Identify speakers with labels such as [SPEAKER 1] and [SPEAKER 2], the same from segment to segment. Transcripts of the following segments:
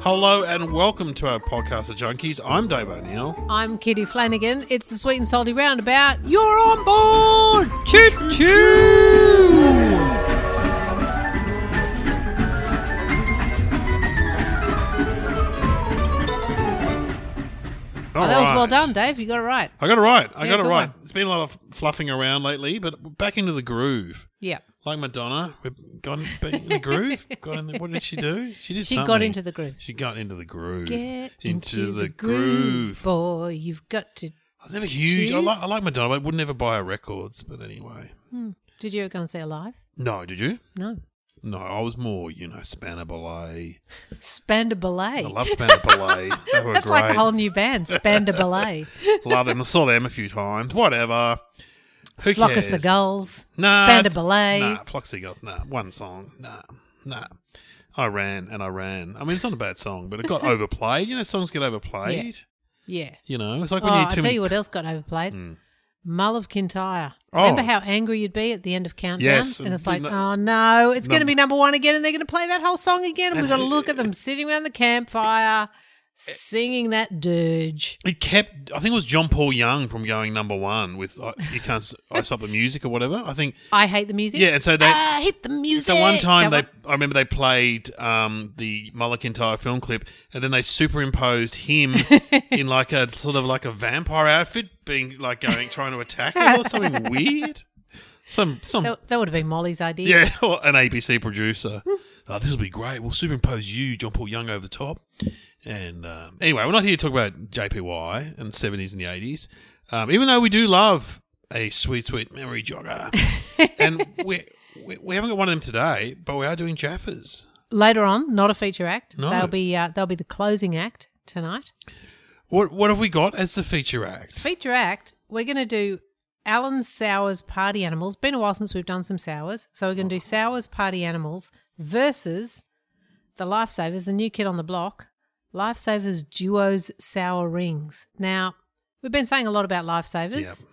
[SPEAKER 1] Hello and welcome to our podcast, The Junkies. I'm Dave O'Neill.
[SPEAKER 2] I'm Kitty Flanagan. It's the sweet and salty roundabout. You're on board. Choo choo. Oh, that was well
[SPEAKER 1] Alright.
[SPEAKER 2] done, Dave. You got it right.
[SPEAKER 1] I got it right. I
[SPEAKER 2] Yeah,
[SPEAKER 1] got it
[SPEAKER 2] good
[SPEAKER 1] right.
[SPEAKER 2] one.
[SPEAKER 1] It's been a lot of fluffing around lately, but we're back into the groove.
[SPEAKER 2] Yeah.
[SPEAKER 1] Like Madonna, we've gone back in the groove. Got in the, what did she do? She did.
[SPEAKER 2] She got
[SPEAKER 1] something.
[SPEAKER 2] into the groove.
[SPEAKER 1] She got into the groove.
[SPEAKER 2] Get into, the groove. Boy, you've got to.
[SPEAKER 1] I was never huge. I
[SPEAKER 2] Jeez.
[SPEAKER 1] like, I like Madonna. but I would never buy her records. But anyway,
[SPEAKER 2] Did you ever go and see her live?
[SPEAKER 1] no, did you?
[SPEAKER 2] No.
[SPEAKER 1] No, I was more, you know, Spanner Ballet.
[SPEAKER 2] Spanda Ballet.
[SPEAKER 1] I love Spanner Ballet. They were
[SPEAKER 2] That's
[SPEAKER 1] great.
[SPEAKER 2] like a whole new band, Spanda Ballet.
[SPEAKER 1] Love them. I saw them a few times. Whatever. Who
[SPEAKER 2] Flock
[SPEAKER 1] cares?
[SPEAKER 2] of Seagulls.
[SPEAKER 1] Nah,
[SPEAKER 2] Spanda
[SPEAKER 1] it's-
[SPEAKER 2] Ballet.
[SPEAKER 1] Nah, Flock of Seagulls. Nah, one song. Nah, nah. I ran and I ran. I mean, it's not a bad song, but it got overplayed. You know, songs get overplayed.
[SPEAKER 2] Yeah.
[SPEAKER 1] You know, it's like
[SPEAKER 2] Oh,
[SPEAKER 1] when you
[SPEAKER 2] I'll
[SPEAKER 1] too
[SPEAKER 2] tell
[SPEAKER 1] many-
[SPEAKER 2] you what else got overplayed. Mull of Kintyre.
[SPEAKER 1] Hmm. Oh.
[SPEAKER 2] Remember how angry you'd be at the end of Countdown?
[SPEAKER 1] Yes,
[SPEAKER 2] And it's
[SPEAKER 1] and
[SPEAKER 2] like,
[SPEAKER 1] didn't
[SPEAKER 2] oh no, it's going to
[SPEAKER 1] Number-
[SPEAKER 2] be number one again, and they're going to play that whole song again, and we've got to look
[SPEAKER 1] uh,
[SPEAKER 2] at them sitting around the campfire
[SPEAKER 1] Eh.
[SPEAKER 2] singing that dirge.
[SPEAKER 1] It kept. I think it was John Paul Young from going number one with uh, "You Can't S- I Stop the Music" or whatever. I think.
[SPEAKER 2] I hate the music.
[SPEAKER 1] Yeah, and so they.
[SPEAKER 2] I hate the music.
[SPEAKER 1] so one time
[SPEAKER 2] That
[SPEAKER 1] they, I remember they played um, the Muller Kintyre film clip, and then they superimposed him in like a sort of like a vampire outfit, being like going trying to attack him or something weird. Some some
[SPEAKER 2] one- that, that would have been Molly's idea.
[SPEAKER 1] yeah, or an ABC producer. oh, this will be great. We'll superimpose you, John Paul Young, over the top. And um, anyway, we're not here to talk about JPY and the 70s and the 80s, um, even though we do love a sweet, sweet memory jogger. and we, we, we haven't got one of them today, but we are doing Jaffers.
[SPEAKER 2] Later on, not a feature act.
[SPEAKER 1] No.
[SPEAKER 2] They'll be uh, they'll be the closing act tonight.
[SPEAKER 1] What, what have we got as the feature act?
[SPEAKER 2] Feature act, we're going to do Alan Sours Party Animals. Been a while since we've done some Sours. So we're going to do Sours Party Animals versus the Lifesavers, the new kid on the block, Lifesavers Duos Sour Rings. Now, we've been saying a lot about Lifesavers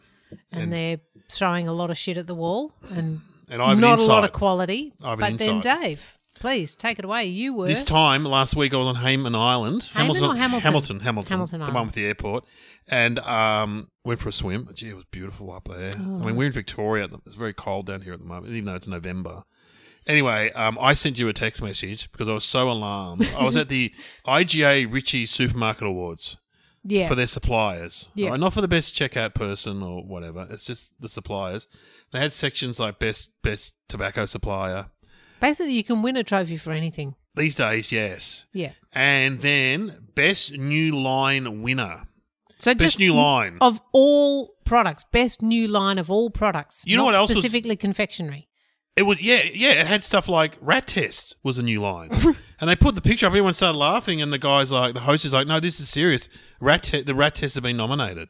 [SPEAKER 2] and,
[SPEAKER 1] And-
[SPEAKER 2] they're throwing a lot of shit at the wall and
[SPEAKER 1] And I have
[SPEAKER 2] not
[SPEAKER 1] an
[SPEAKER 2] a lot of
[SPEAKER 1] insight.
[SPEAKER 2] quality.
[SPEAKER 1] I have
[SPEAKER 2] but
[SPEAKER 1] an
[SPEAKER 2] then,
[SPEAKER 1] insight.
[SPEAKER 2] Dave, please take it away. You were.
[SPEAKER 1] This time last week, I was on Hayman Island,
[SPEAKER 2] Hayman or
[SPEAKER 1] Hamilton,
[SPEAKER 2] Hamilton?
[SPEAKER 1] Hamilton, Hamilton,
[SPEAKER 2] Hamilton
[SPEAKER 1] the one
[SPEAKER 2] Island.
[SPEAKER 1] with the airport, and um, went for a swim. Gee, it was beautiful up there.
[SPEAKER 2] Oh,
[SPEAKER 1] I mean, we're in Victoria. It's very cold down here at the moment, even though it's November. Anyway, um, I sent you a text message because I was so alarmed. I was at the IGA Ritchie Supermarket Awards
[SPEAKER 2] yeah.
[SPEAKER 1] for their suppliers.
[SPEAKER 2] Yeah.
[SPEAKER 1] Alright, not for the best checkout person or whatever. It's just the suppliers. They had sections like best best tobacco supplier.
[SPEAKER 2] Basically, you can win a trophy for anything.
[SPEAKER 1] These days, yes.
[SPEAKER 2] Yeah.
[SPEAKER 1] And then best new line winner.
[SPEAKER 2] So
[SPEAKER 1] Best
[SPEAKER 2] just Oh,
[SPEAKER 1] new line.
[SPEAKER 2] of all products, best new line of all products.
[SPEAKER 1] You know
[SPEAKER 2] not
[SPEAKER 1] what else was-
[SPEAKER 2] Specifically confectionery.
[SPEAKER 1] It was yeah, yeah. It had stuff like rat test was a new line, and they put the picture up. Everyone started laughing, and the guys like the host is like, "No, this is serious. Rat te- the rat test have been nominated,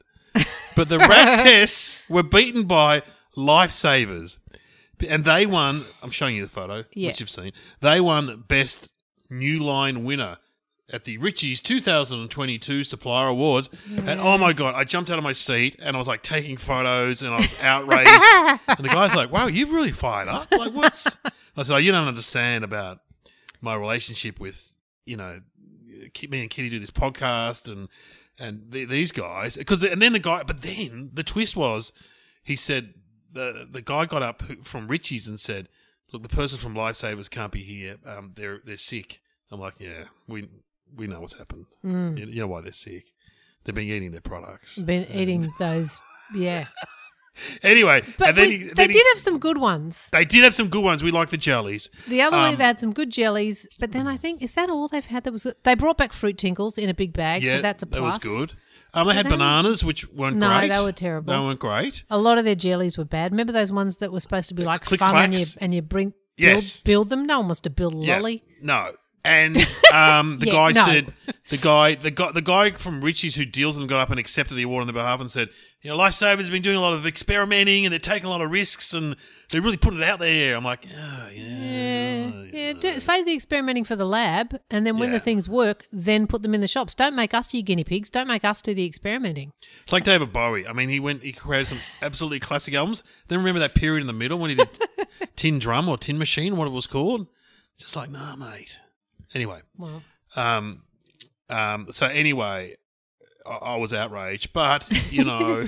[SPEAKER 1] but the rat tests were beaten by lifesavers, and they won. I'm showing you the photo,
[SPEAKER 2] Yeah.
[SPEAKER 1] which you've seen. They won best new line winner at the Richie's 2022 Supplier Awards, and oh my god, I jumped out of my seat and I was like taking photos, and I was outraged. And the guy's like, wow, you've really fired up. Like, what's. I said, oh, you don't understand about my relationship with, you know, Ki- me and Kitty do this podcast and and the, these guys. Because And then the guy, but then the twist was he said, the, the guy got up who- from Richie's and said, look, the person from Lifesavers can't be here. Um, they're, they're sick. I'm like, yeah, we, we know what's happened.
[SPEAKER 2] Mm.
[SPEAKER 1] You, you know why they're sick. They've been eating their products.
[SPEAKER 2] Been eating those, yeah.
[SPEAKER 1] Anyway,
[SPEAKER 2] But
[SPEAKER 1] and then
[SPEAKER 2] we-
[SPEAKER 1] he-
[SPEAKER 2] they
[SPEAKER 1] then he-
[SPEAKER 2] did have some good ones.
[SPEAKER 1] They did have some good ones. We like the jellies.
[SPEAKER 2] The other
[SPEAKER 1] Um,
[SPEAKER 2] week they had some good jellies, but then I think is that all they've had? That was they brought back fruit tinkles in a big bag, so that's a
[SPEAKER 1] that was
[SPEAKER 2] plus.
[SPEAKER 1] good. Um, they had
[SPEAKER 2] they-
[SPEAKER 1] bananas, which weren't
[SPEAKER 2] No,
[SPEAKER 1] great.
[SPEAKER 2] they were terrible.
[SPEAKER 1] They weren't great.
[SPEAKER 2] A lot of their jellies were bad. Remember those ones that were supposed to be like
[SPEAKER 1] click
[SPEAKER 2] fun and you
[SPEAKER 1] clacks?
[SPEAKER 2] and you bring build,
[SPEAKER 1] Yes.
[SPEAKER 2] build them. No one wants to build a
[SPEAKER 1] Yeah.
[SPEAKER 2] lolly.
[SPEAKER 1] No. And um, the
[SPEAKER 2] Yeah,
[SPEAKER 1] guy
[SPEAKER 2] no.
[SPEAKER 1] said the guy the guy the guy from Richie's who deals with them got up and accepted the award on their behalf and said, you know, Lifesavers have been doing a lot of experimenting and they're taking a lot of risks and they're really putting it out there. I'm like, oh, yeah.
[SPEAKER 2] Yeah, yeah. Do, save the experimenting for the lab, and then when
[SPEAKER 1] Yeah.
[SPEAKER 2] the things work, then put them in the shops. Don't make us your guinea pigs. Don't make us do the experimenting.
[SPEAKER 1] It's like David Bowie. I mean, he went, he created some absolutely classic albums. Then remember that period in the middle when he did Tin Drum or Tin Machine, what it was called? Just like, nah, mate. Anyway,
[SPEAKER 2] Well,
[SPEAKER 1] um, um, so anyway, I, I was outraged, but you know,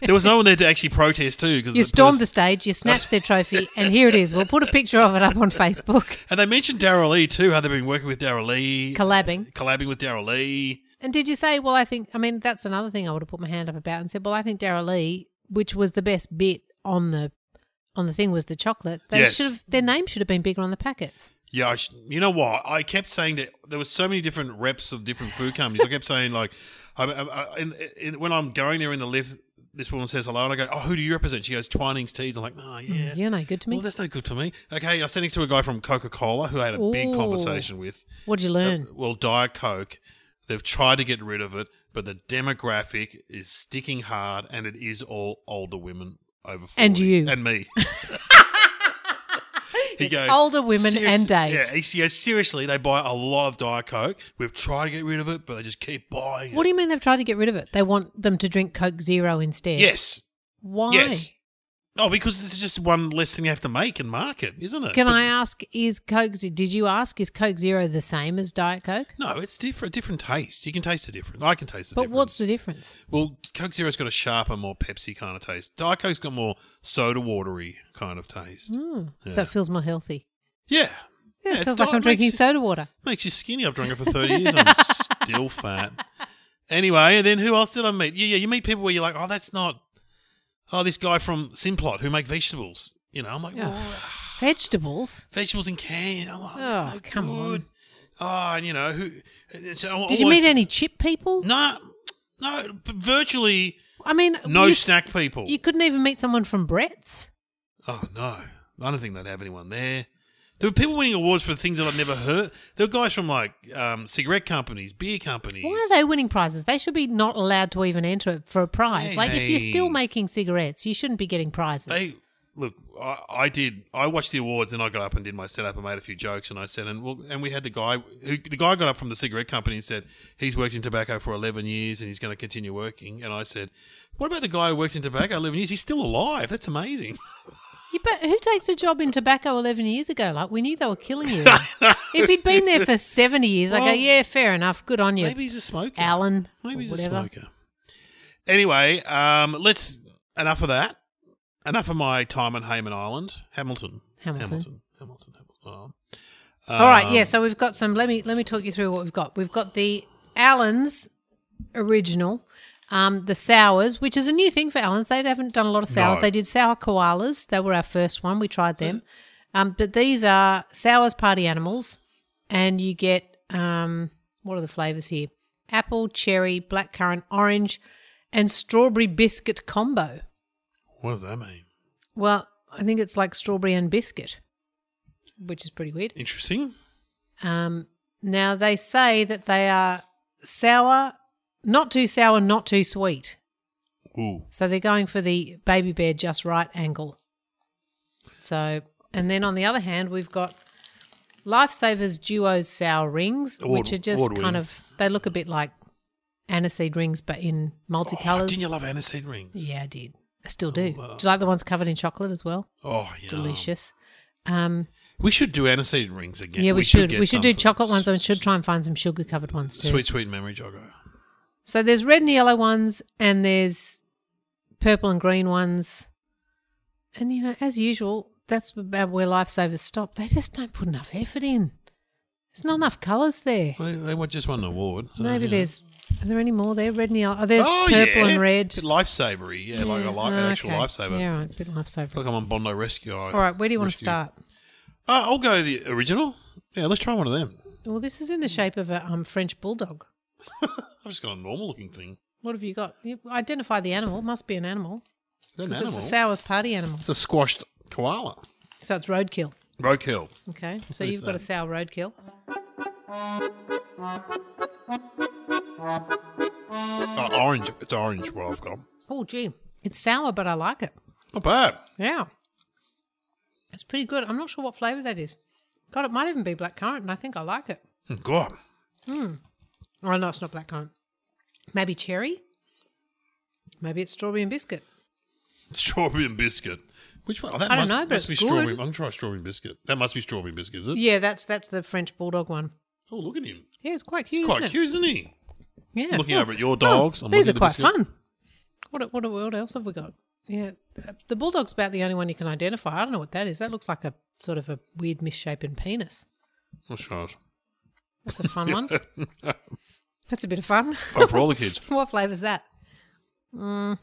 [SPEAKER 1] there was no one there to actually protest too because
[SPEAKER 2] you stormed the stage, you snatched their trophy, and here it is. We'll put a picture of it up on Facebook.
[SPEAKER 1] and they mentioned Daryl Lee too. How they've been working with Daryl Lee,
[SPEAKER 2] Collabing.
[SPEAKER 1] collabing with Daryl Lee.
[SPEAKER 2] And did you say, well, I think, I mean, that's another thing I would have put my hand up about and said, well, I think Daryl Lee, which was the best bit on the on the thing was the chocolate. They
[SPEAKER 1] Yes. Mm.
[SPEAKER 2] should have their name should have been bigger on the packets.
[SPEAKER 1] Yeah, I sh- you know what? I kept saying that there was so many different reps of different food companies. I kept saying like, I, I, I, in, in, when I'm going there in the lift, this woman says hello, and I go, "Oh, who do you represent?" She goes, "Twinings Teas." I'm like, "Oh, yeah."
[SPEAKER 2] You're no good to Mm-hmm. me.
[SPEAKER 1] Well, that's no good for me. Okay, I was sending to a guy from Coca Cola who I had a big
[SPEAKER 2] Ooh.
[SPEAKER 1] conversation with.
[SPEAKER 2] What'd you
[SPEAKER 1] Uh,
[SPEAKER 2] learn?
[SPEAKER 1] well, Diet Coke, they've tried to get rid of it, but the demographic is sticking hard, and it is all older women over 40.
[SPEAKER 2] And you.
[SPEAKER 1] And me. He
[SPEAKER 2] It's
[SPEAKER 1] goes,
[SPEAKER 2] older women
[SPEAKER 1] "Serious-
[SPEAKER 2] and Dave.
[SPEAKER 1] Yeah, he goes, seriously, they buy a lot of Diet Coke. We've tried to get rid of it, but they just keep buying it.
[SPEAKER 2] What do you mean they've tried to get rid of it? They want them to drink Coke Zero instead.
[SPEAKER 1] yes.
[SPEAKER 2] Why?
[SPEAKER 1] Yes. Oh, because this is just one less thing you have to make and market, isn't it?
[SPEAKER 2] Can
[SPEAKER 1] But-
[SPEAKER 2] I ask, is Coke, Ze- did you ask, is Coke Zero the same as Diet Coke?
[SPEAKER 1] No, it's different. Different taste. You can taste the difference. I can taste the
[SPEAKER 2] But
[SPEAKER 1] difference.
[SPEAKER 2] what's the difference?
[SPEAKER 1] Well, Coke Zero's got a sharper, more Pepsi kind of taste. Diet Coke's got more soda watery kind of taste.
[SPEAKER 2] Mm.
[SPEAKER 1] Yeah.
[SPEAKER 2] So it feels more healthy.
[SPEAKER 1] Yeah. Yeah,
[SPEAKER 2] it
[SPEAKER 1] it's
[SPEAKER 2] feels like
[SPEAKER 1] di-
[SPEAKER 2] I'm
[SPEAKER 1] makes
[SPEAKER 2] drinking
[SPEAKER 1] you-
[SPEAKER 2] soda water.
[SPEAKER 1] Makes you skinny. I've drunk it for 30 years. I'm still fat. Anyway, and then who else did I meet? Yeah, yeah, you meet people where you're like, oh, that's not. Oh, this guy from Simplot who make vegetables. You know, I'm like,
[SPEAKER 2] Yeah.
[SPEAKER 1] "Well,
[SPEAKER 2] Vegetables.
[SPEAKER 1] vegetables in can. I'm like, oh, that's
[SPEAKER 2] Oh,
[SPEAKER 1] no
[SPEAKER 2] come on.
[SPEAKER 1] good. Oh, and you know who? and so I
[SPEAKER 2] Did you meet
[SPEAKER 1] always-
[SPEAKER 2] any chip people?
[SPEAKER 1] No, no. but Virtually
[SPEAKER 2] I mean,
[SPEAKER 1] no
[SPEAKER 2] you,
[SPEAKER 1] snack people.
[SPEAKER 2] you couldn't even meet someone from Brett's.
[SPEAKER 1] Oh no, I don't think they'd have anyone there. There were people winning awards for things that I'd never heard. There were guys from like um, cigarette companies, beer companies.
[SPEAKER 2] Why are they winning prizes? They should be not allowed to even enter it for a prize. like, if you're still
[SPEAKER 1] Hey.
[SPEAKER 2] making cigarettes, you shouldn't be getting prizes.
[SPEAKER 1] They look. I, I did. I watched the awards, and I got up and did my setup and made a few jokes, and I said, and well, and we had the guy who the guy got up from the cigarette company and said he's worked in tobacco for eleven years and he's going to continue working. And I said, what about the guy who worked in tobacco eleven years? He's still alive. That's amazing.
[SPEAKER 2] Yeah, but who takes a job in tobacco 11 years ago? Like, we knew they were killing you. if he'd been there for 70 years, I go,
[SPEAKER 1] Well,
[SPEAKER 2] yeah, fair enough. Good on you,
[SPEAKER 1] Maybe he's a smoker.
[SPEAKER 2] Alan. or
[SPEAKER 1] Maybe he's
[SPEAKER 2] whatever.
[SPEAKER 1] a smoker. Anyway, um, let's enough of that. Enough of my time on Hayman Island, Hamilton,
[SPEAKER 2] Hamilton.
[SPEAKER 1] Hamilton, Hamilton. Hamilton Island.
[SPEAKER 2] All right,
[SPEAKER 1] Um,
[SPEAKER 2] yeah. So we've got some. Let me let me talk you through what we've got. We've got the Allen's original, um, the sours, which is a new thing for Allen's. They haven't done a lot of sours.
[SPEAKER 1] No.
[SPEAKER 2] They did sour koalas. They were our first one. We tried them, um, but these are sours party animals, and you get um, what are the flavors here? Apple, cherry, blackcurrant, orange, and strawberry biscuit combo.
[SPEAKER 1] What Oh, does that mean?
[SPEAKER 2] Well, I think it's like strawberry and biscuit, which is pretty weird.
[SPEAKER 1] Interesting.
[SPEAKER 2] Um, now they say that they are sour, not too sour, not too sweet.
[SPEAKER 1] Ooh.
[SPEAKER 2] So they're going for the baby bear just right angle. So, and then on the other hand, we've got Lifesavers Duo's Sour Rings,
[SPEAKER 1] Award-
[SPEAKER 2] which are just
[SPEAKER 1] award-winning.
[SPEAKER 2] kind of, they look a bit like aniseed rings, but in
[SPEAKER 1] Oh,
[SPEAKER 2] multicolours.
[SPEAKER 1] didn't you love aniseed rings?
[SPEAKER 2] yeah, I did. I still do.
[SPEAKER 1] Oh, wow.
[SPEAKER 2] Do you like the ones covered in chocolate as well?
[SPEAKER 1] Oh, yeah.
[SPEAKER 2] Delicious. Um,
[SPEAKER 1] We should do aniseed rings
[SPEAKER 2] yeah,
[SPEAKER 1] again.
[SPEAKER 2] we, should.
[SPEAKER 1] get
[SPEAKER 2] we should
[SPEAKER 1] some
[SPEAKER 2] do
[SPEAKER 1] for
[SPEAKER 2] chocolate ones.
[SPEAKER 1] s-
[SPEAKER 2] and we should try and find some sugar covered ones too.
[SPEAKER 1] Sweet, sweet memory jogger.
[SPEAKER 2] So there's red and yellow ones, and there's purple and green ones. And you know, as usual, that's about where lifesavers stop. They just don't put enough effort in. There's not enough colours there.
[SPEAKER 1] Well, they, they won- just won an award. so,
[SPEAKER 2] Maybe
[SPEAKER 1] you know.
[SPEAKER 2] there's. Are there any more there? Red and yellow. Oh, there's
[SPEAKER 1] Oh,
[SPEAKER 2] purple
[SPEAKER 1] yeah.
[SPEAKER 2] and red.
[SPEAKER 1] Lifesavery. Yeah, like a li- an
[SPEAKER 2] oh,
[SPEAKER 1] actual
[SPEAKER 2] okay.
[SPEAKER 1] lifesaver.
[SPEAKER 2] Yeah, right. Bit lifesaver.
[SPEAKER 1] I feel like I'm on Bondo Rescue.
[SPEAKER 2] All right, where do you want to start?
[SPEAKER 1] Uh, I'll go the original. Yeah, let's try one of them.
[SPEAKER 2] Well, this is in the shape of a um, French bulldog.
[SPEAKER 1] I've just got a normal looking thing.
[SPEAKER 2] What have you got? You identify the animal. Must be an animal
[SPEAKER 1] Is that an
[SPEAKER 2] because
[SPEAKER 1] animal?
[SPEAKER 2] it's a sour's party animal.
[SPEAKER 1] It's a squashed koala.
[SPEAKER 2] So it's roadkill.
[SPEAKER 1] Roadkill.
[SPEAKER 2] Okay, so
[SPEAKER 1] is
[SPEAKER 2] you've got a
[SPEAKER 1] that?
[SPEAKER 2] sour roadkill.
[SPEAKER 1] Uh, orange. It's orange, what I've got.
[SPEAKER 2] Oh, gee, it's sour, but I like it.
[SPEAKER 1] Not bad.
[SPEAKER 2] Yeah, it's pretty good. I'm not sure what flavour that is. God, it might even be blackcurrant, and I think I like it.
[SPEAKER 1] Mm, God.
[SPEAKER 2] Oh no, it's not blackcurrant. Maybe cherry. Maybe it's strawberry and biscuit.
[SPEAKER 1] Strawberry and biscuit. Which one? Oh, that
[SPEAKER 2] I don't
[SPEAKER 1] must,
[SPEAKER 2] know, but
[SPEAKER 1] must
[SPEAKER 2] it's
[SPEAKER 1] be
[SPEAKER 2] good.
[SPEAKER 1] strawberry. I'm going to try strawberry and biscuit. That must be strawberry and biscuit, is it?
[SPEAKER 2] Yeah, that's that's the French bulldog one.
[SPEAKER 1] Oh, look at him.
[SPEAKER 2] Yeah, it's quite cute.
[SPEAKER 1] Quite
[SPEAKER 2] isn't
[SPEAKER 1] cute, isn't he?
[SPEAKER 2] It? Yeah,
[SPEAKER 1] Looking
[SPEAKER 2] Oh,
[SPEAKER 1] over at your dogs.
[SPEAKER 2] Oh,
[SPEAKER 1] I'm
[SPEAKER 2] these are
[SPEAKER 1] looking
[SPEAKER 2] quite
[SPEAKER 1] at the biscuit.
[SPEAKER 2] fun. What what what else have we got? Yeah, the bulldog's about the only one you can identify. I don't know what that is. That looks like a sort of a weird misshapen penis.
[SPEAKER 1] Oh, shit.
[SPEAKER 2] That's a fun one. That's a bit of fun.
[SPEAKER 1] Fun Oh, for all the kids.
[SPEAKER 2] what flavour's that? Mm,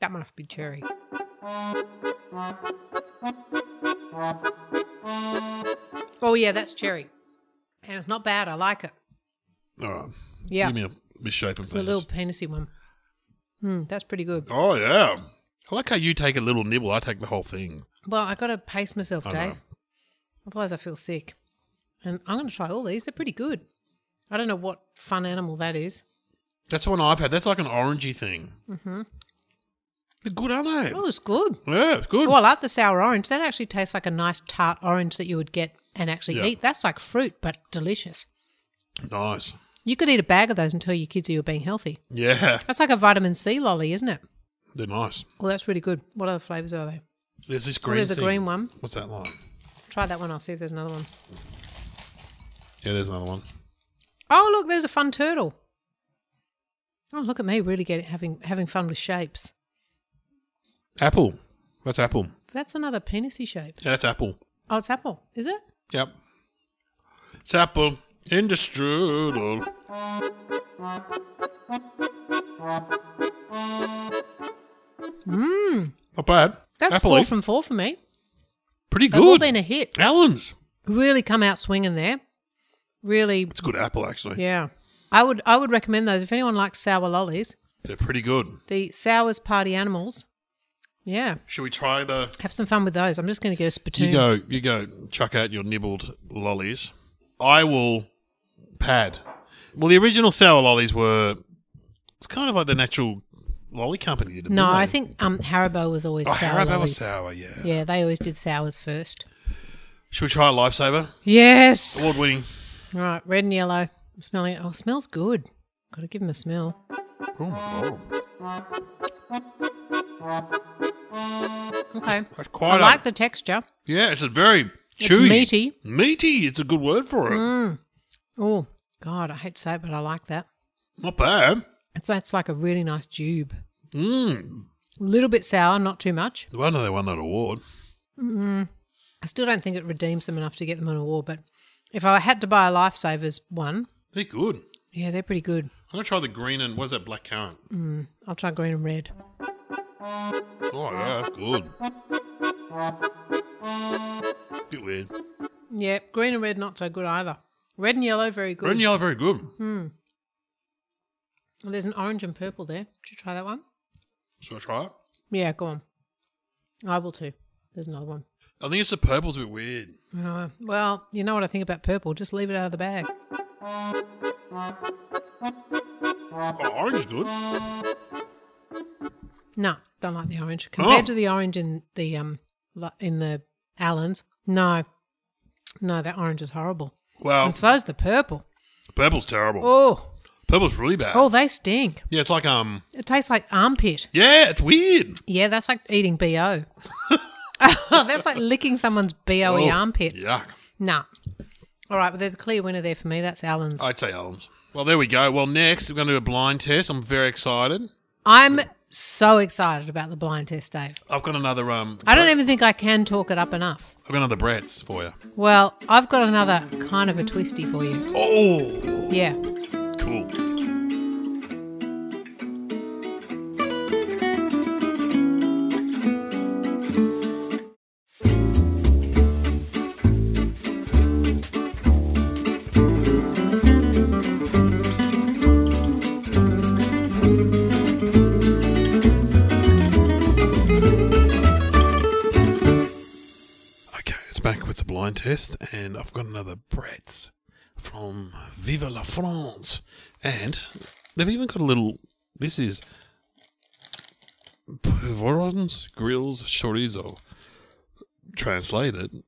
[SPEAKER 2] that must be cherry. Oh yeah, that's cherry, and it's not bad. I like it.
[SPEAKER 1] All right.
[SPEAKER 2] Yeah,
[SPEAKER 1] Give me a misshapen
[SPEAKER 2] it's a
[SPEAKER 1] penis.
[SPEAKER 2] little penisy one. Hmm, that's pretty good.
[SPEAKER 1] Oh, yeah. I like how you take a little nibble. I take the whole thing.
[SPEAKER 2] Well, I got to pace myself,
[SPEAKER 1] I
[SPEAKER 2] Dave.
[SPEAKER 1] know.
[SPEAKER 2] Otherwise, I feel sick. And I'm going to try all these. They're pretty good. I don't know what fun animal that is.
[SPEAKER 1] That's the one I've had. That's like an orangey thing.
[SPEAKER 2] Mm-hmm.
[SPEAKER 1] They're good, aren't they?
[SPEAKER 2] Oh, it's good.
[SPEAKER 1] Yeah, it's good.
[SPEAKER 2] Oh, I like the sour orange. That actually tastes like a nice tart orange that you would get and actually
[SPEAKER 1] Yeah.
[SPEAKER 2] eat. That's like fruit, but delicious.
[SPEAKER 1] nice.
[SPEAKER 2] You could eat a bag of those and tell your kids you were being healthy.
[SPEAKER 1] Yeah,
[SPEAKER 2] That's like a vitamin C lolly, isn't it?
[SPEAKER 1] they're nice.
[SPEAKER 2] Well, that's really good. What other flavours are there?
[SPEAKER 1] There's this
[SPEAKER 2] Oh,
[SPEAKER 1] green
[SPEAKER 2] there's a
[SPEAKER 1] thing.
[SPEAKER 2] green one.
[SPEAKER 1] What's that like?
[SPEAKER 2] Try that one. I'll see if there's another one.
[SPEAKER 1] Yeah, there's another one.
[SPEAKER 2] Oh, look, there's a fun turtle. Oh, look at me really getting having having fun with shapes.
[SPEAKER 1] Apple. That's apple.
[SPEAKER 2] That's another penisy shape.
[SPEAKER 1] Yeah, that's apple.
[SPEAKER 2] Oh, it's apple, is it?
[SPEAKER 1] Yep. It's apple. Industrial.
[SPEAKER 2] Mmm.
[SPEAKER 1] Not bad.
[SPEAKER 2] That's
[SPEAKER 1] apple.
[SPEAKER 2] four from four for me.
[SPEAKER 1] Pretty
[SPEAKER 2] They've all
[SPEAKER 1] good.
[SPEAKER 2] been a hit.
[SPEAKER 1] Allen's.
[SPEAKER 2] Really come out swinging there. Really,
[SPEAKER 1] It's good apple, actually.
[SPEAKER 2] yeah. I would I would recommend those if anyone likes sour lollies.
[SPEAKER 1] They're pretty good.
[SPEAKER 2] The sours party animals. Yeah,
[SPEAKER 1] Should we try the.
[SPEAKER 2] have some fun with those. I'm just going to get a spittoon.
[SPEAKER 1] You go, you go, chuck out your nibbled lollies. I will pad. Well, the original sour lollies were. It's kind of like the natural lolly company did it.
[SPEAKER 2] No,
[SPEAKER 1] didn't
[SPEAKER 2] I
[SPEAKER 1] they?
[SPEAKER 2] think um, Haribo was always
[SPEAKER 1] Oh,
[SPEAKER 2] sour
[SPEAKER 1] Haribo was
[SPEAKER 2] lollies.
[SPEAKER 1] sour, yeah.
[SPEAKER 2] Yeah, they always did sours first.
[SPEAKER 1] Should we try a lifesaver?
[SPEAKER 2] Yes.
[SPEAKER 1] Award winning.
[SPEAKER 2] All right, red and yellow. I'm smelling it. Oh, it smells good. Got to give them a smell.
[SPEAKER 1] Oh my god.
[SPEAKER 2] Okay.
[SPEAKER 1] That's
[SPEAKER 2] I
[SPEAKER 1] quite
[SPEAKER 2] like
[SPEAKER 1] a,
[SPEAKER 2] the texture.
[SPEAKER 1] Yeah, it's a very
[SPEAKER 2] It's
[SPEAKER 1] chewy.
[SPEAKER 2] meaty.
[SPEAKER 1] Meaty, it's a good word for it.
[SPEAKER 2] Mm. Oh, God, I hate to say it, but I like that.
[SPEAKER 1] Not bad.
[SPEAKER 2] It's, it's like a really nice tube.
[SPEAKER 1] Mmm.
[SPEAKER 2] A little bit sour, not too much.
[SPEAKER 1] No wonder they won that award.
[SPEAKER 2] Mm. I still don't think it redeems them enough to get them on a war, but if I had to buy a Lifesavers one,
[SPEAKER 1] They're good.
[SPEAKER 2] yeah, they're pretty good.
[SPEAKER 1] I'm gonna try the green and what is that black currant?
[SPEAKER 2] Mm. I'll try green and red.
[SPEAKER 1] Oh yeah, that's good. Bit weird.
[SPEAKER 2] Yeah, green and red, not so good either. Red and yellow, very good.
[SPEAKER 1] Green and yellow, very good.
[SPEAKER 2] Mm. Well, there's an orange and purple there. Did you try that one?
[SPEAKER 1] Should I try it?
[SPEAKER 2] Yeah, go on. I will too. There's another one.
[SPEAKER 1] I think it's the purple's a bit weird.
[SPEAKER 2] Uh, well, you know what I think about purple. Just leave it out of the bag.
[SPEAKER 1] Oh, orange is good.
[SPEAKER 2] No, don't like the orange compared
[SPEAKER 1] Oh.
[SPEAKER 2] to the orange in the um lo- in the Allens. No, no, that orange is horrible,
[SPEAKER 1] Well,
[SPEAKER 2] and so's the purple.
[SPEAKER 1] purple's terrible.
[SPEAKER 2] Oh,
[SPEAKER 1] Purple's really bad.
[SPEAKER 2] oh, they stink.
[SPEAKER 1] Yeah, it's like um.
[SPEAKER 2] It tastes like armpit.
[SPEAKER 1] Yeah, it's weird.
[SPEAKER 2] Yeah, that's like eating bo. that's like licking someone's boe
[SPEAKER 1] Oh,
[SPEAKER 2] armpit.
[SPEAKER 1] Yuck.
[SPEAKER 2] Nah. All right, but there's a clear winner there for me. That's Allen's.
[SPEAKER 1] I'd say Allen's. Well, there we go. Well, next we're going to do a blind test. I'm very excited.
[SPEAKER 2] I'm so excited about the blind test, Dave.
[SPEAKER 1] I've got another um.
[SPEAKER 2] I don't even think I can talk it up enough.
[SPEAKER 1] I've got another Brett's for you.
[SPEAKER 2] Well, I've got another kind of a twisty for you.
[SPEAKER 1] Oh,
[SPEAKER 2] Yeah.
[SPEAKER 1] cool. Okay, it's back with the blind test, and I've got another Brett's from Viva la France. And they've even got a little. This is. Poivrons, grills, chorizo. Translated.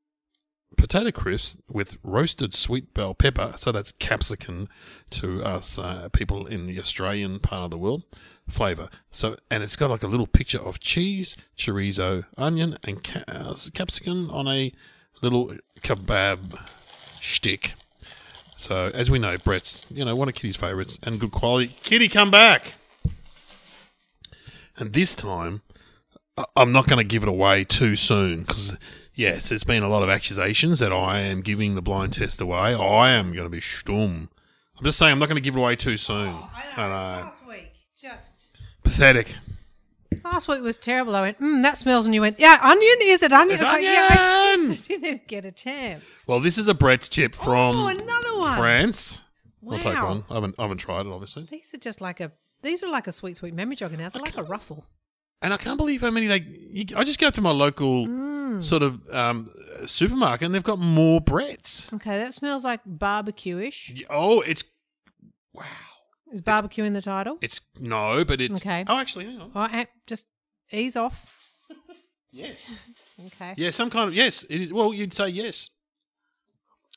[SPEAKER 1] Potato crisps with roasted sweet bell pepper. So that's capsicum to us uh, people in the Australian part of the world. Flavor. So, and it's got like a little picture of cheese, chorizo, onion, and ca- uh, capsicum on a little kebab shtick. So, as we know, Brett's, you know, one of Kitty's favourites and good quality. Kitty, come back! And this time, I- I'm not going to give it away too soon because, yes, there's been a lot of accusations that I am giving the blind test away. I am going to be stum. I'm just saying, I'm not going to give it away too soon.
[SPEAKER 2] Oh,
[SPEAKER 1] I know.
[SPEAKER 2] Last week, just.
[SPEAKER 1] Pathetic.
[SPEAKER 2] Last week was terrible. I went, mm, that smells. And you went, yeah, onion? Is it onion?
[SPEAKER 1] It's
[SPEAKER 2] yeah, I
[SPEAKER 1] onion!
[SPEAKER 2] just didn't get a chance.
[SPEAKER 1] Well, this is a Brett's chip from
[SPEAKER 2] oh, another one.
[SPEAKER 1] France. I'll take
[SPEAKER 2] Wow.
[SPEAKER 1] one. I haven't, I haven't tried it, obviously.
[SPEAKER 2] These are just like a. These are like a sweet, sweet memory jogger now. They're like a ruffle.
[SPEAKER 1] And I can't believe how many they. You, I just go up to my local sort of um, supermarket and they've got more Brett's.
[SPEAKER 2] Okay, that smells like barbecue-ish.
[SPEAKER 1] Y- Oh, it's wow.
[SPEAKER 2] Is barbecue in the title?
[SPEAKER 1] It's no, but it's
[SPEAKER 2] Okay.
[SPEAKER 1] Oh, actually, hang on.
[SPEAKER 2] All right, just ease off.
[SPEAKER 1] Yes,
[SPEAKER 2] Okay.
[SPEAKER 1] yeah, some kind of yes. It is. Well, you'd say yes.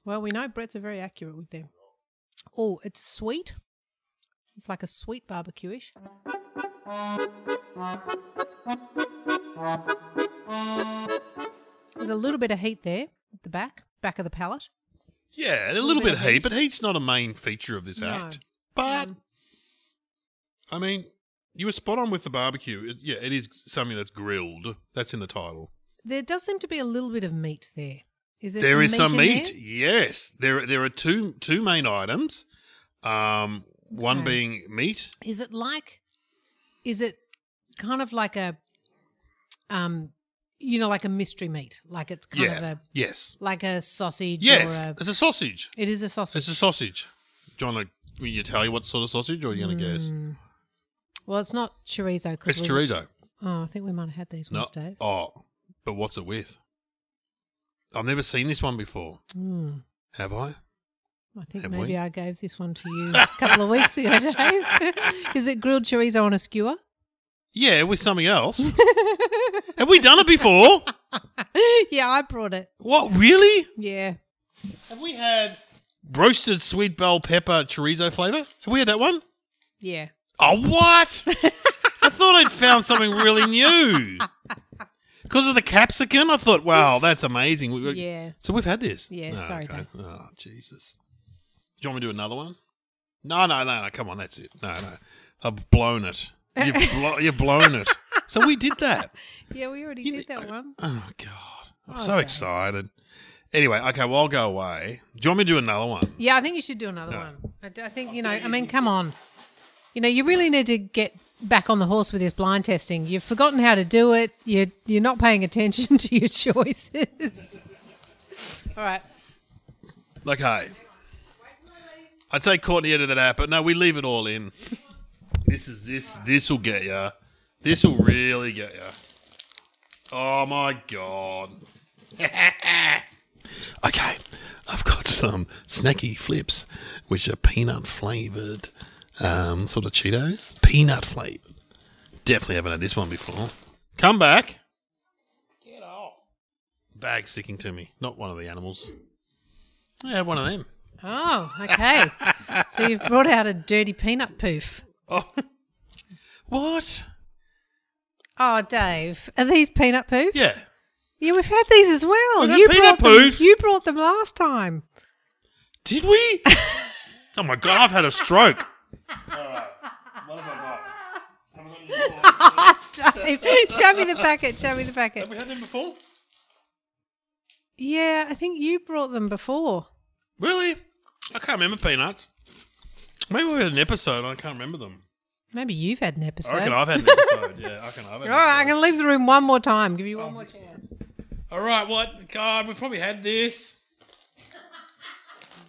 [SPEAKER 2] Well, we know Brett's are very accurate with them. Oh, it's sweet. It's like a sweet barbecue-ish. There's a little bit of heat there at the back, back of the palate.
[SPEAKER 1] Yeah, a little, bit of heat, but heat's not a main feature of this
[SPEAKER 2] No.
[SPEAKER 1] act. But
[SPEAKER 2] Um,
[SPEAKER 1] I mean, you were spot on with the barbecue. It, yeah, it is something that's grilled. That's in the title.
[SPEAKER 2] there does seem to be a little bit of meat there. Is there,
[SPEAKER 1] there
[SPEAKER 2] some
[SPEAKER 1] is some
[SPEAKER 2] meat in
[SPEAKER 1] meat. Yes, there there are two two main items. Um, one
[SPEAKER 2] Okay.
[SPEAKER 1] being meat.
[SPEAKER 2] there? Is it like, is it kind of like a, um, you know, like a mystery meat? Like it's kind
[SPEAKER 1] yeah.
[SPEAKER 2] of a
[SPEAKER 1] yes.
[SPEAKER 2] like a sausage.
[SPEAKER 1] Yes,
[SPEAKER 2] Or a,
[SPEAKER 1] it's a sausage.
[SPEAKER 2] it is a sausage.
[SPEAKER 1] It's a sausage. Do you want to you tell you what sort of sausage, or are you going to guess?
[SPEAKER 2] Mm. Well, it's not chorizo. 'cause
[SPEAKER 1] It's
[SPEAKER 2] we-
[SPEAKER 1] chorizo.
[SPEAKER 2] Oh, I think we might have had these
[SPEAKER 1] No.
[SPEAKER 2] ones, Dave.
[SPEAKER 1] Oh, but what's it with? I've never seen this one before.
[SPEAKER 2] Mm.
[SPEAKER 1] Have I?
[SPEAKER 2] I think
[SPEAKER 1] Have
[SPEAKER 2] maybe
[SPEAKER 1] we?
[SPEAKER 2] I gave this one to you a couple of weeks ago, Dave. is it grilled chorizo on a skewer?
[SPEAKER 1] Yeah, with something else. Have we done it before?
[SPEAKER 2] yeah, I brought it.
[SPEAKER 1] What really?
[SPEAKER 2] Yeah.
[SPEAKER 1] Have we had roasted sweet bell pepper chorizo flavor? Have we had that one?
[SPEAKER 2] Yeah.
[SPEAKER 1] Oh, what? I thought I'd found something really new. Because of the capsicum, I thought, wow, that's amazing. We- we-
[SPEAKER 2] Yeah.
[SPEAKER 1] So we've had this.
[SPEAKER 2] Yeah, sorry, Dave.
[SPEAKER 1] Oh, Jesus. Do you want me to do another one? No, no, no, no. Come on, that's it. No, no. I've blown it. You've, blo- you've blown it. So we did that.
[SPEAKER 2] Yeah, we already
[SPEAKER 1] You
[SPEAKER 2] did
[SPEAKER 1] kn-
[SPEAKER 2] that one.
[SPEAKER 1] Oh, God. I'm
[SPEAKER 2] Oh,
[SPEAKER 1] so
[SPEAKER 2] Dave.
[SPEAKER 1] excited. Anyway, okay, well, I'll go away. Do you want me to do another one?
[SPEAKER 2] Yeah, I think you should do another
[SPEAKER 1] No.
[SPEAKER 2] one. I, d- I think, you know, I mean, come on. You know, you really need to get back on the horse with this blind testing. You've forgotten how to do it. You're, you're not paying attention to your choices. All right.
[SPEAKER 1] Okay. I'd say Courtney edited that out, but no, we leave it all in. This is this. This will get ya. This will really get ya. Oh my god. okay, I've got some snacky flips, which are peanut flavored, um, sort of Cheetos. Peanut flavored. Definitely haven't had this one before. Come back. Get off. Bag sticking to me. Not one of the animals. I had one of them.
[SPEAKER 2] Oh, okay. so you've brought out a dirty peanut poof.
[SPEAKER 1] Oh. what?
[SPEAKER 2] Oh, Dave, are these peanut poofs?
[SPEAKER 1] Yeah.
[SPEAKER 2] Yeah, we've had these as well.
[SPEAKER 1] Was that
[SPEAKER 2] brought
[SPEAKER 1] peanut
[SPEAKER 2] them,
[SPEAKER 1] poof?
[SPEAKER 2] you brought them last time.
[SPEAKER 1] Did we? oh my god, I've had a stroke.
[SPEAKER 2] Dave, show me the packet. Show me the packet.
[SPEAKER 1] we had them before?
[SPEAKER 2] Yeah, I think you brought them before.
[SPEAKER 1] Really? I can't remember peanuts. Maybe we had an episode. I can't remember them.
[SPEAKER 2] Maybe you've had an episode.
[SPEAKER 1] I reckon I've had an episode. Yeah, I reckon I've had. An
[SPEAKER 2] All right, I'm
[SPEAKER 1] episode.
[SPEAKER 2] going to leave the room one more time. Give you one more chance.
[SPEAKER 1] All right. What? God, we've probably had this.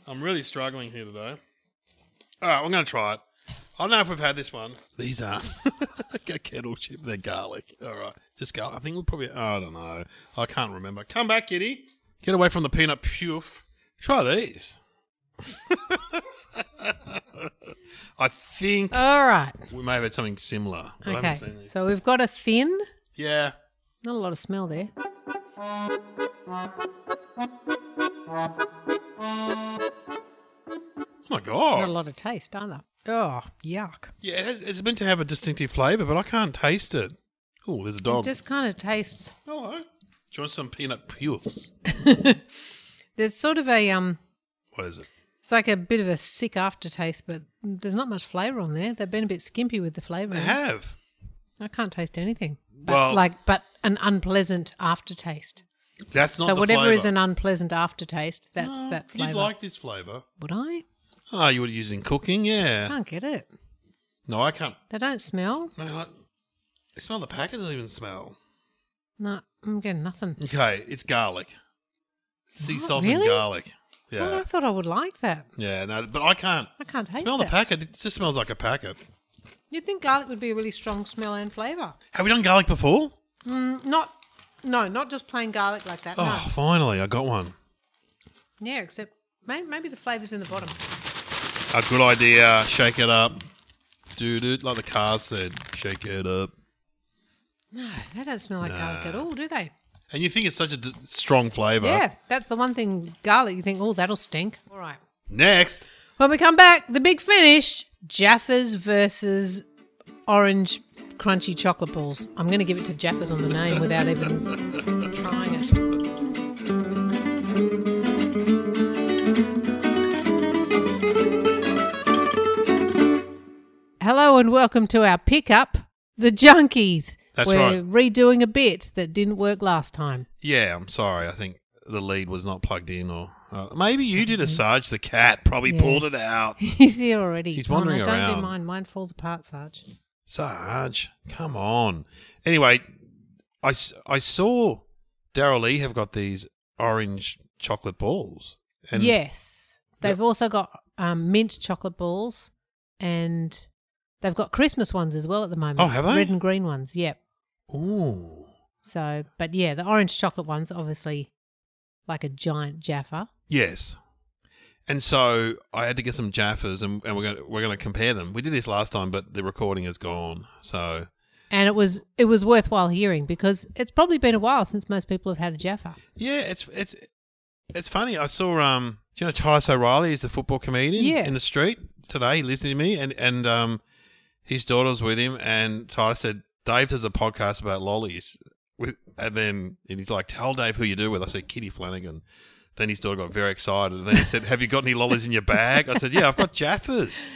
[SPEAKER 1] I'm really struggling here today. All right, I'm going to try it. I don't know if we've had this one. These are kettle chip. They're garlic. All right, just garlic. I think we'll probably. I don't know. I can't remember. Come back, Kitty. Get away from the peanut puff. Try these. I think
[SPEAKER 2] All right.
[SPEAKER 1] we may have had something similar. But I
[SPEAKER 2] Okay.
[SPEAKER 1] haven't seen these.
[SPEAKER 2] So we've got a thin.
[SPEAKER 1] Yeah.
[SPEAKER 2] Not a lot of smell there.
[SPEAKER 1] Oh my god.
[SPEAKER 2] Not a lot of taste either. Oh, yuck.
[SPEAKER 1] Yeah, it has, it's meant to have a distinctive flavour, but I can't taste it. Oh, there's a
[SPEAKER 2] It
[SPEAKER 1] dog.
[SPEAKER 2] just kind of tastes.
[SPEAKER 1] Hello. Do you want some peanut puffs?
[SPEAKER 2] There's sort of a um.
[SPEAKER 1] What is it?
[SPEAKER 2] It's like a bit of a sick aftertaste, but there's not much flavour on there. They've been a bit skimpy with the flavour.
[SPEAKER 1] They have.
[SPEAKER 2] I can't taste anything. But
[SPEAKER 1] Well-
[SPEAKER 2] like, but an unpleasant aftertaste.
[SPEAKER 1] That's not
[SPEAKER 2] So
[SPEAKER 1] the
[SPEAKER 2] whatever is
[SPEAKER 1] flavour.
[SPEAKER 2] an unpleasant aftertaste, that's
[SPEAKER 1] No,
[SPEAKER 2] that flavour.
[SPEAKER 1] You'd like this flavour.
[SPEAKER 2] Would I?
[SPEAKER 1] Oh, you would use it in cooking? Yeah.
[SPEAKER 2] Can't get it.
[SPEAKER 1] No, I can't.
[SPEAKER 2] They don't smell.
[SPEAKER 1] Man, I, I smell the packet. doesn't even smell.
[SPEAKER 2] No, I'm getting nothing.
[SPEAKER 1] Okay, it's garlic. Sea
[SPEAKER 2] What,
[SPEAKER 1] salt and
[SPEAKER 2] really?
[SPEAKER 1] garlic. Yeah.
[SPEAKER 2] Well, Oh, I thought I would like that.
[SPEAKER 1] Yeah, no, but I can't.
[SPEAKER 2] I can't taste
[SPEAKER 1] smell
[SPEAKER 2] it.
[SPEAKER 1] the packet. It just smells like a packet.
[SPEAKER 2] You'd think garlic would be a really strong smell and flavour.
[SPEAKER 1] Have we done garlic before?
[SPEAKER 2] Mm, not, no, not just plain garlic like that.
[SPEAKER 1] Oh, finally, I got one.
[SPEAKER 2] No. Yeah, except may, maybe the flavour's in the bottom.
[SPEAKER 1] A good idea. Shake it up. Dude, it like the cars said, shake it up.
[SPEAKER 2] No, they don't smell like garlic at all, do they?
[SPEAKER 1] And you think it's such a d- strong flavour.
[SPEAKER 2] Yeah, that's the one thing garlic. You think, oh, that'll stink. All right.
[SPEAKER 1] Next.
[SPEAKER 2] When we come back, the big finish: Jaffa's versus orange crunchy chocolate balls. I'm going to give it to Jaffa's on the name without even trying it. Hello and welcome to our pickup, the Junkies.
[SPEAKER 1] That's
[SPEAKER 2] We're redoing a bit that didn't work last time.
[SPEAKER 1] Yeah, I'm sorry. I think the lead was not plugged in, or uh, maybe you did a Sarge the cat. Probably
[SPEAKER 2] Yeah.
[SPEAKER 1] pulled it out.
[SPEAKER 2] He's here already.
[SPEAKER 1] He's
[SPEAKER 2] Come on,
[SPEAKER 1] wandering
[SPEAKER 2] I Don't
[SPEAKER 1] around.
[SPEAKER 2] do mine. Mine falls apart, Sarge.
[SPEAKER 1] Sarge, come on. Anyway, I, s- I saw Daryl Lee have got these orange chocolate balls. And
[SPEAKER 2] yes, they've also got um, mint chocolate balls, and they've got Christmas ones as well at the moment.
[SPEAKER 1] Oh, have they?
[SPEAKER 2] Red and green ones. Yep.
[SPEAKER 1] Ooh.
[SPEAKER 2] So, but yeah, the orange chocolate ones obviously like a giant Jaffa.
[SPEAKER 1] Yes. And so I had to get some Jaffas, and, and we're going to we're going to compare them. We did this last time, but the recording is gone. So
[SPEAKER 2] And it was it was worthwhile hearing because it's probably been a while since most people have had a Jaffa.
[SPEAKER 1] yeah, it's it's it's funny. I saw um, do you know Tyrus O'Reilly is the football comedian
[SPEAKER 2] Yeah.
[SPEAKER 1] in the street today. He lives near me, and and um, his daughter was with him, and Tyrus said Dave does a podcast about lollies with, and then and he's like, tell Dave who you do with. I said Kitty Flanagan. Then his daughter got very excited, and then he said, "Have you got any lollies in your bag?" I said, "Yeah, I've got Jaffas."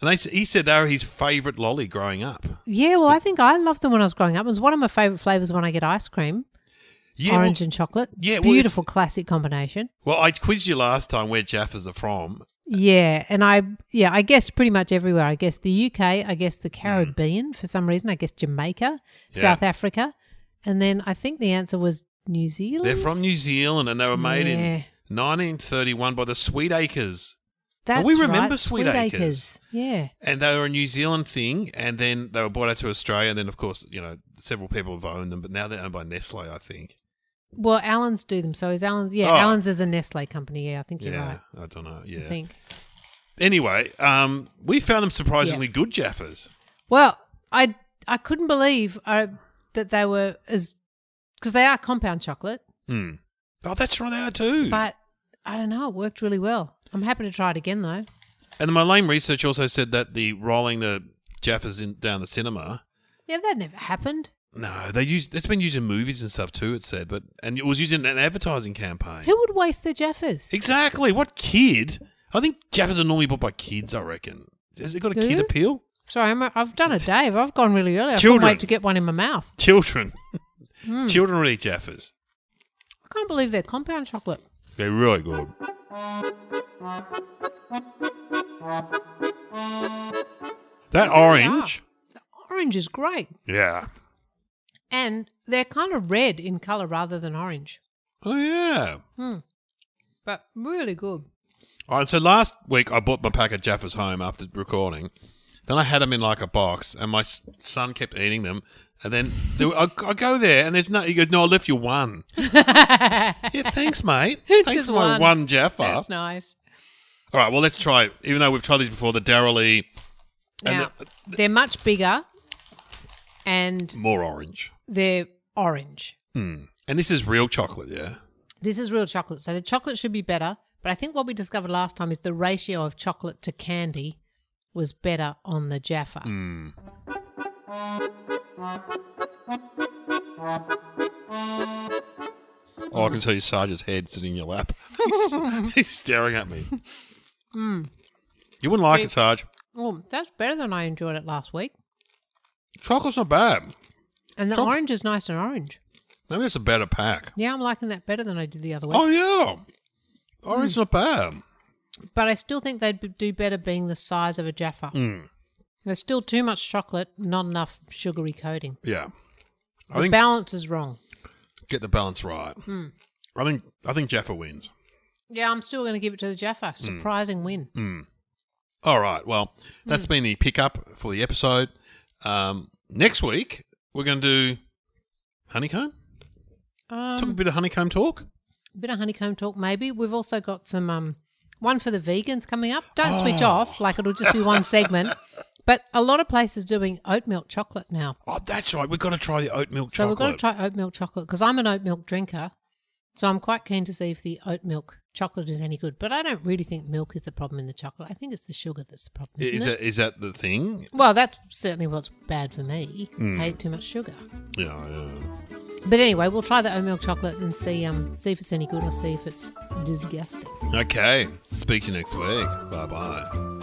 [SPEAKER 1] And they, s- he said they were his favourite lolly growing up.
[SPEAKER 2] Yeah, well, I think I loved them when I was growing up. It was one of my favorite flavors when I get ice cream,
[SPEAKER 1] Yeah, well-
[SPEAKER 2] orange and chocolate.
[SPEAKER 1] yeah, well, it's-
[SPEAKER 2] beautiful classic combination.
[SPEAKER 1] Well, I quizzed you last time where Jaffas are from.
[SPEAKER 2] Yeah, and I yeah, I guessed pretty much everywhere. I guess the UK, I guess the Caribbean for some reason, I guess Jamaica,
[SPEAKER 1] Mm. Yeah.
[SPEAKER 2] South Africa, and then I think the answer was New Zealand.
[SPEAKER 1] They're from New Zealand and they were made in
[SPEAKER 2] Yeah.
[SPEAKER 1] 1931 by the Sweet Acres
[SPEAKER 2] That's
[SPEAKER 1] we remember
[SPEAKER 2] right,
[SPEAKER 1] Sweet Acres.
[SPEAKER 2] Yeah.
[SPEAKER 1] and they were a New Zealand thing, and then they were brought out to Australia, and then of course, you know, several people have owned them, but now they're owned by Nestle, I think.
[SPEAKER 2] Well, Allen's do them. So is Allen's. Yeah,
[SPEAKER 1] Oh.
[SPEAKER 2] Allen's is a Nestle company. Yeah, I think you're
[SPEAKER 1] yeah,
[SPEAKER 2] right.
[SPEAKER 1] I don't know.
[SPEAKER 2] I
[SPEAKER 1] Yeah.
[SPEAKER 2] think.
[SPEAKER 1] Anyway, um, we found them surprisingly good Jaffers.
[SPEAKER 2] Well, I I couldn't believe I, that they were as because they are compound chocolate,
[SPEAKER 1] Hmm. Oh, that's right, they are too.
[SPEAKER 2] but I don't know. It worked really well. I'm happy to try it again though.
[SPEAKER 1] and my lame research also said that the rolling the Jaffers in down the cinema.
[SPEAKER 2] Yeah, that never happened.
[SPEAKER 1] No, they use that's been used in movies and stuff too. It said, but and it was used in an advertising campaign.
[SPEAKER 2] Who would waste their Jaffers?
[SPEAKER 1] Exactly. What kid? I think Jaffers are normally bought by kids. I reckon. Has it got a kid
[SPEAKER 2] Who?
[SPEAKER 1] appeal?
[SPEAKER 2] Sorry, I'm, I've done it, Dave. I've gone really early. I
[SPEAKER 1] Children.
[SPEAKER 2] can't wait to get one in my mouth.
[SPEAKER 1] Children. Children will eat Jaffers.
[SPEAKER 2] I can't believe they're compound chocolate.
[SPEAKER 1] They're really good. That orange.
[SPEAKER 2] Orange is great,
[SPEAKER 1] Yeah.
[SPEAKER 2] and they're kind of red in color rather than orange,
[SPEAKER 1] Oh yeah.
[SPEAKER 2] but really good.
[SPEAKER 1] All right. So last week I bought my pack of Jaffers home after recording. Then I had them in like a box, and my s- son kept eating them. And then there were- I, I go there, and there's no. He goes, "No, I left you one." yeah, thanks, mate. Thanks
[SPEAKER 2] Just
[SPEAKER 1] for my
[SPEAKER 2] one.
[SPEAKER 1] one Jaffa.
[SPEAKER 2] That's nice.
[SPEAKER 1] All right, well, let's try. Even though we've tried these before, the Daryl E and
[SPEAKER 2] Now, they're much bigger and
[SPEAKER 1] more orange.
[SPEAKER 2] they're orange.
[SPEAKER 1] Mm. And this is real chocolate, yeah.
[SPEAKER 2] This is real chocolate. So the chocolate should be better. But I think what we discovered last time is the ratio of chocolate to candy was better on the Jaffa.
[SPEAKER 1] Mm. Oh, I can tell you, Sarge's head sitting in your lap. He's, he's staring at me.
[SPEAKER 2] Hmm.
[SPEAKER 1] You wouldn't like it, Sarge.
[SPEAKER 2] Oh, that's better than I enjoyed it last week.
[SPEAKER 1] Chocolate's not bad.
[SPEAKER 2] And the
[SPEAKER 1] Choc-
[SPEAKER 2] orange is nice and orange.
[SPEAKER 1] Maybe that's a better pack.
[SPEAKER 2] Yeah, I'm liking that better than I did the other week.
[SPEAKER 1] Oh yeah,
[SPEAKER 2] Hmm.
[SPEAKER 1] orange's not bad.
[SPEAKER 2] But I still think they'd be- do better being the size of a Jaffa.
[SPEAKER 1] Mm.
[SPEAKER 2] There's still too much chocolate, not enough sugary coating.
[SPEAKER 1] Yeah, I
[SPEAKER 2] the
[SPEAKER 1] think
[SPEAKER 2] balance is wrong.
[SPEAKER 1] get the balance right.
[SPEAKER 2] Hmm.
[SPEAKER 1] I think I think Jaffa wins.
[SPEAKER 2] Yeah, I'm still going to give it to the Jaffa. Surprising win.
[SPEAKER 1] All right. Well,
[SPEAKER 2] Hmm.
[SPEAKER 1] that's been the pickup for the episode. Um, next week we're going to do honeycomb. Talk a
[SPEAKER 2] Um,
[SPEAKER 1] bit of honeycomb talk.
[SPEAKER 2] a bit of honeycomb talk, maybe. We've also got some um, one for the vegans coming up. Don't switch
[SPEAKER 1] Oh.
[SPEAKER 2] off; like it'll just be one segment. But a lot of places doing oat milk chocolate now,
[SPEAKER 1] Oh, that's right. We've got to try the oat milk
[SPEAKER 2] so we've got to
[SPEAKER 1] chocolate.
[SPEAKER 2] try oat milk chocolate because I'm an oat milk drinker, so I'm quite keen to see if the oat milk chocolate is any good. But I don't really think milk is the problem in the chocolate. I think it's the sugar that's the problem.
[SPEAKER 1] I-
[SPEAKER 2] Isn't
[SPEAKER 1] is
[SPEAKER 2] it?
[SPEAKER 1] that is that the thing?
[SPEAKER 2] Well, that's certainly what's bad for me.
[SPEAKER 1] Hmm.
[SPEAKER 2] I eat too much sugar.
[SPEAKER 1] Yeah, yeah.
[SPEAKER 2] But anyway, we'll try the oat milk chocolate and see um see if it's any good or see if it's disgusting.
[SPEAKER 1] Okay. Speak to you next week. Bye bye.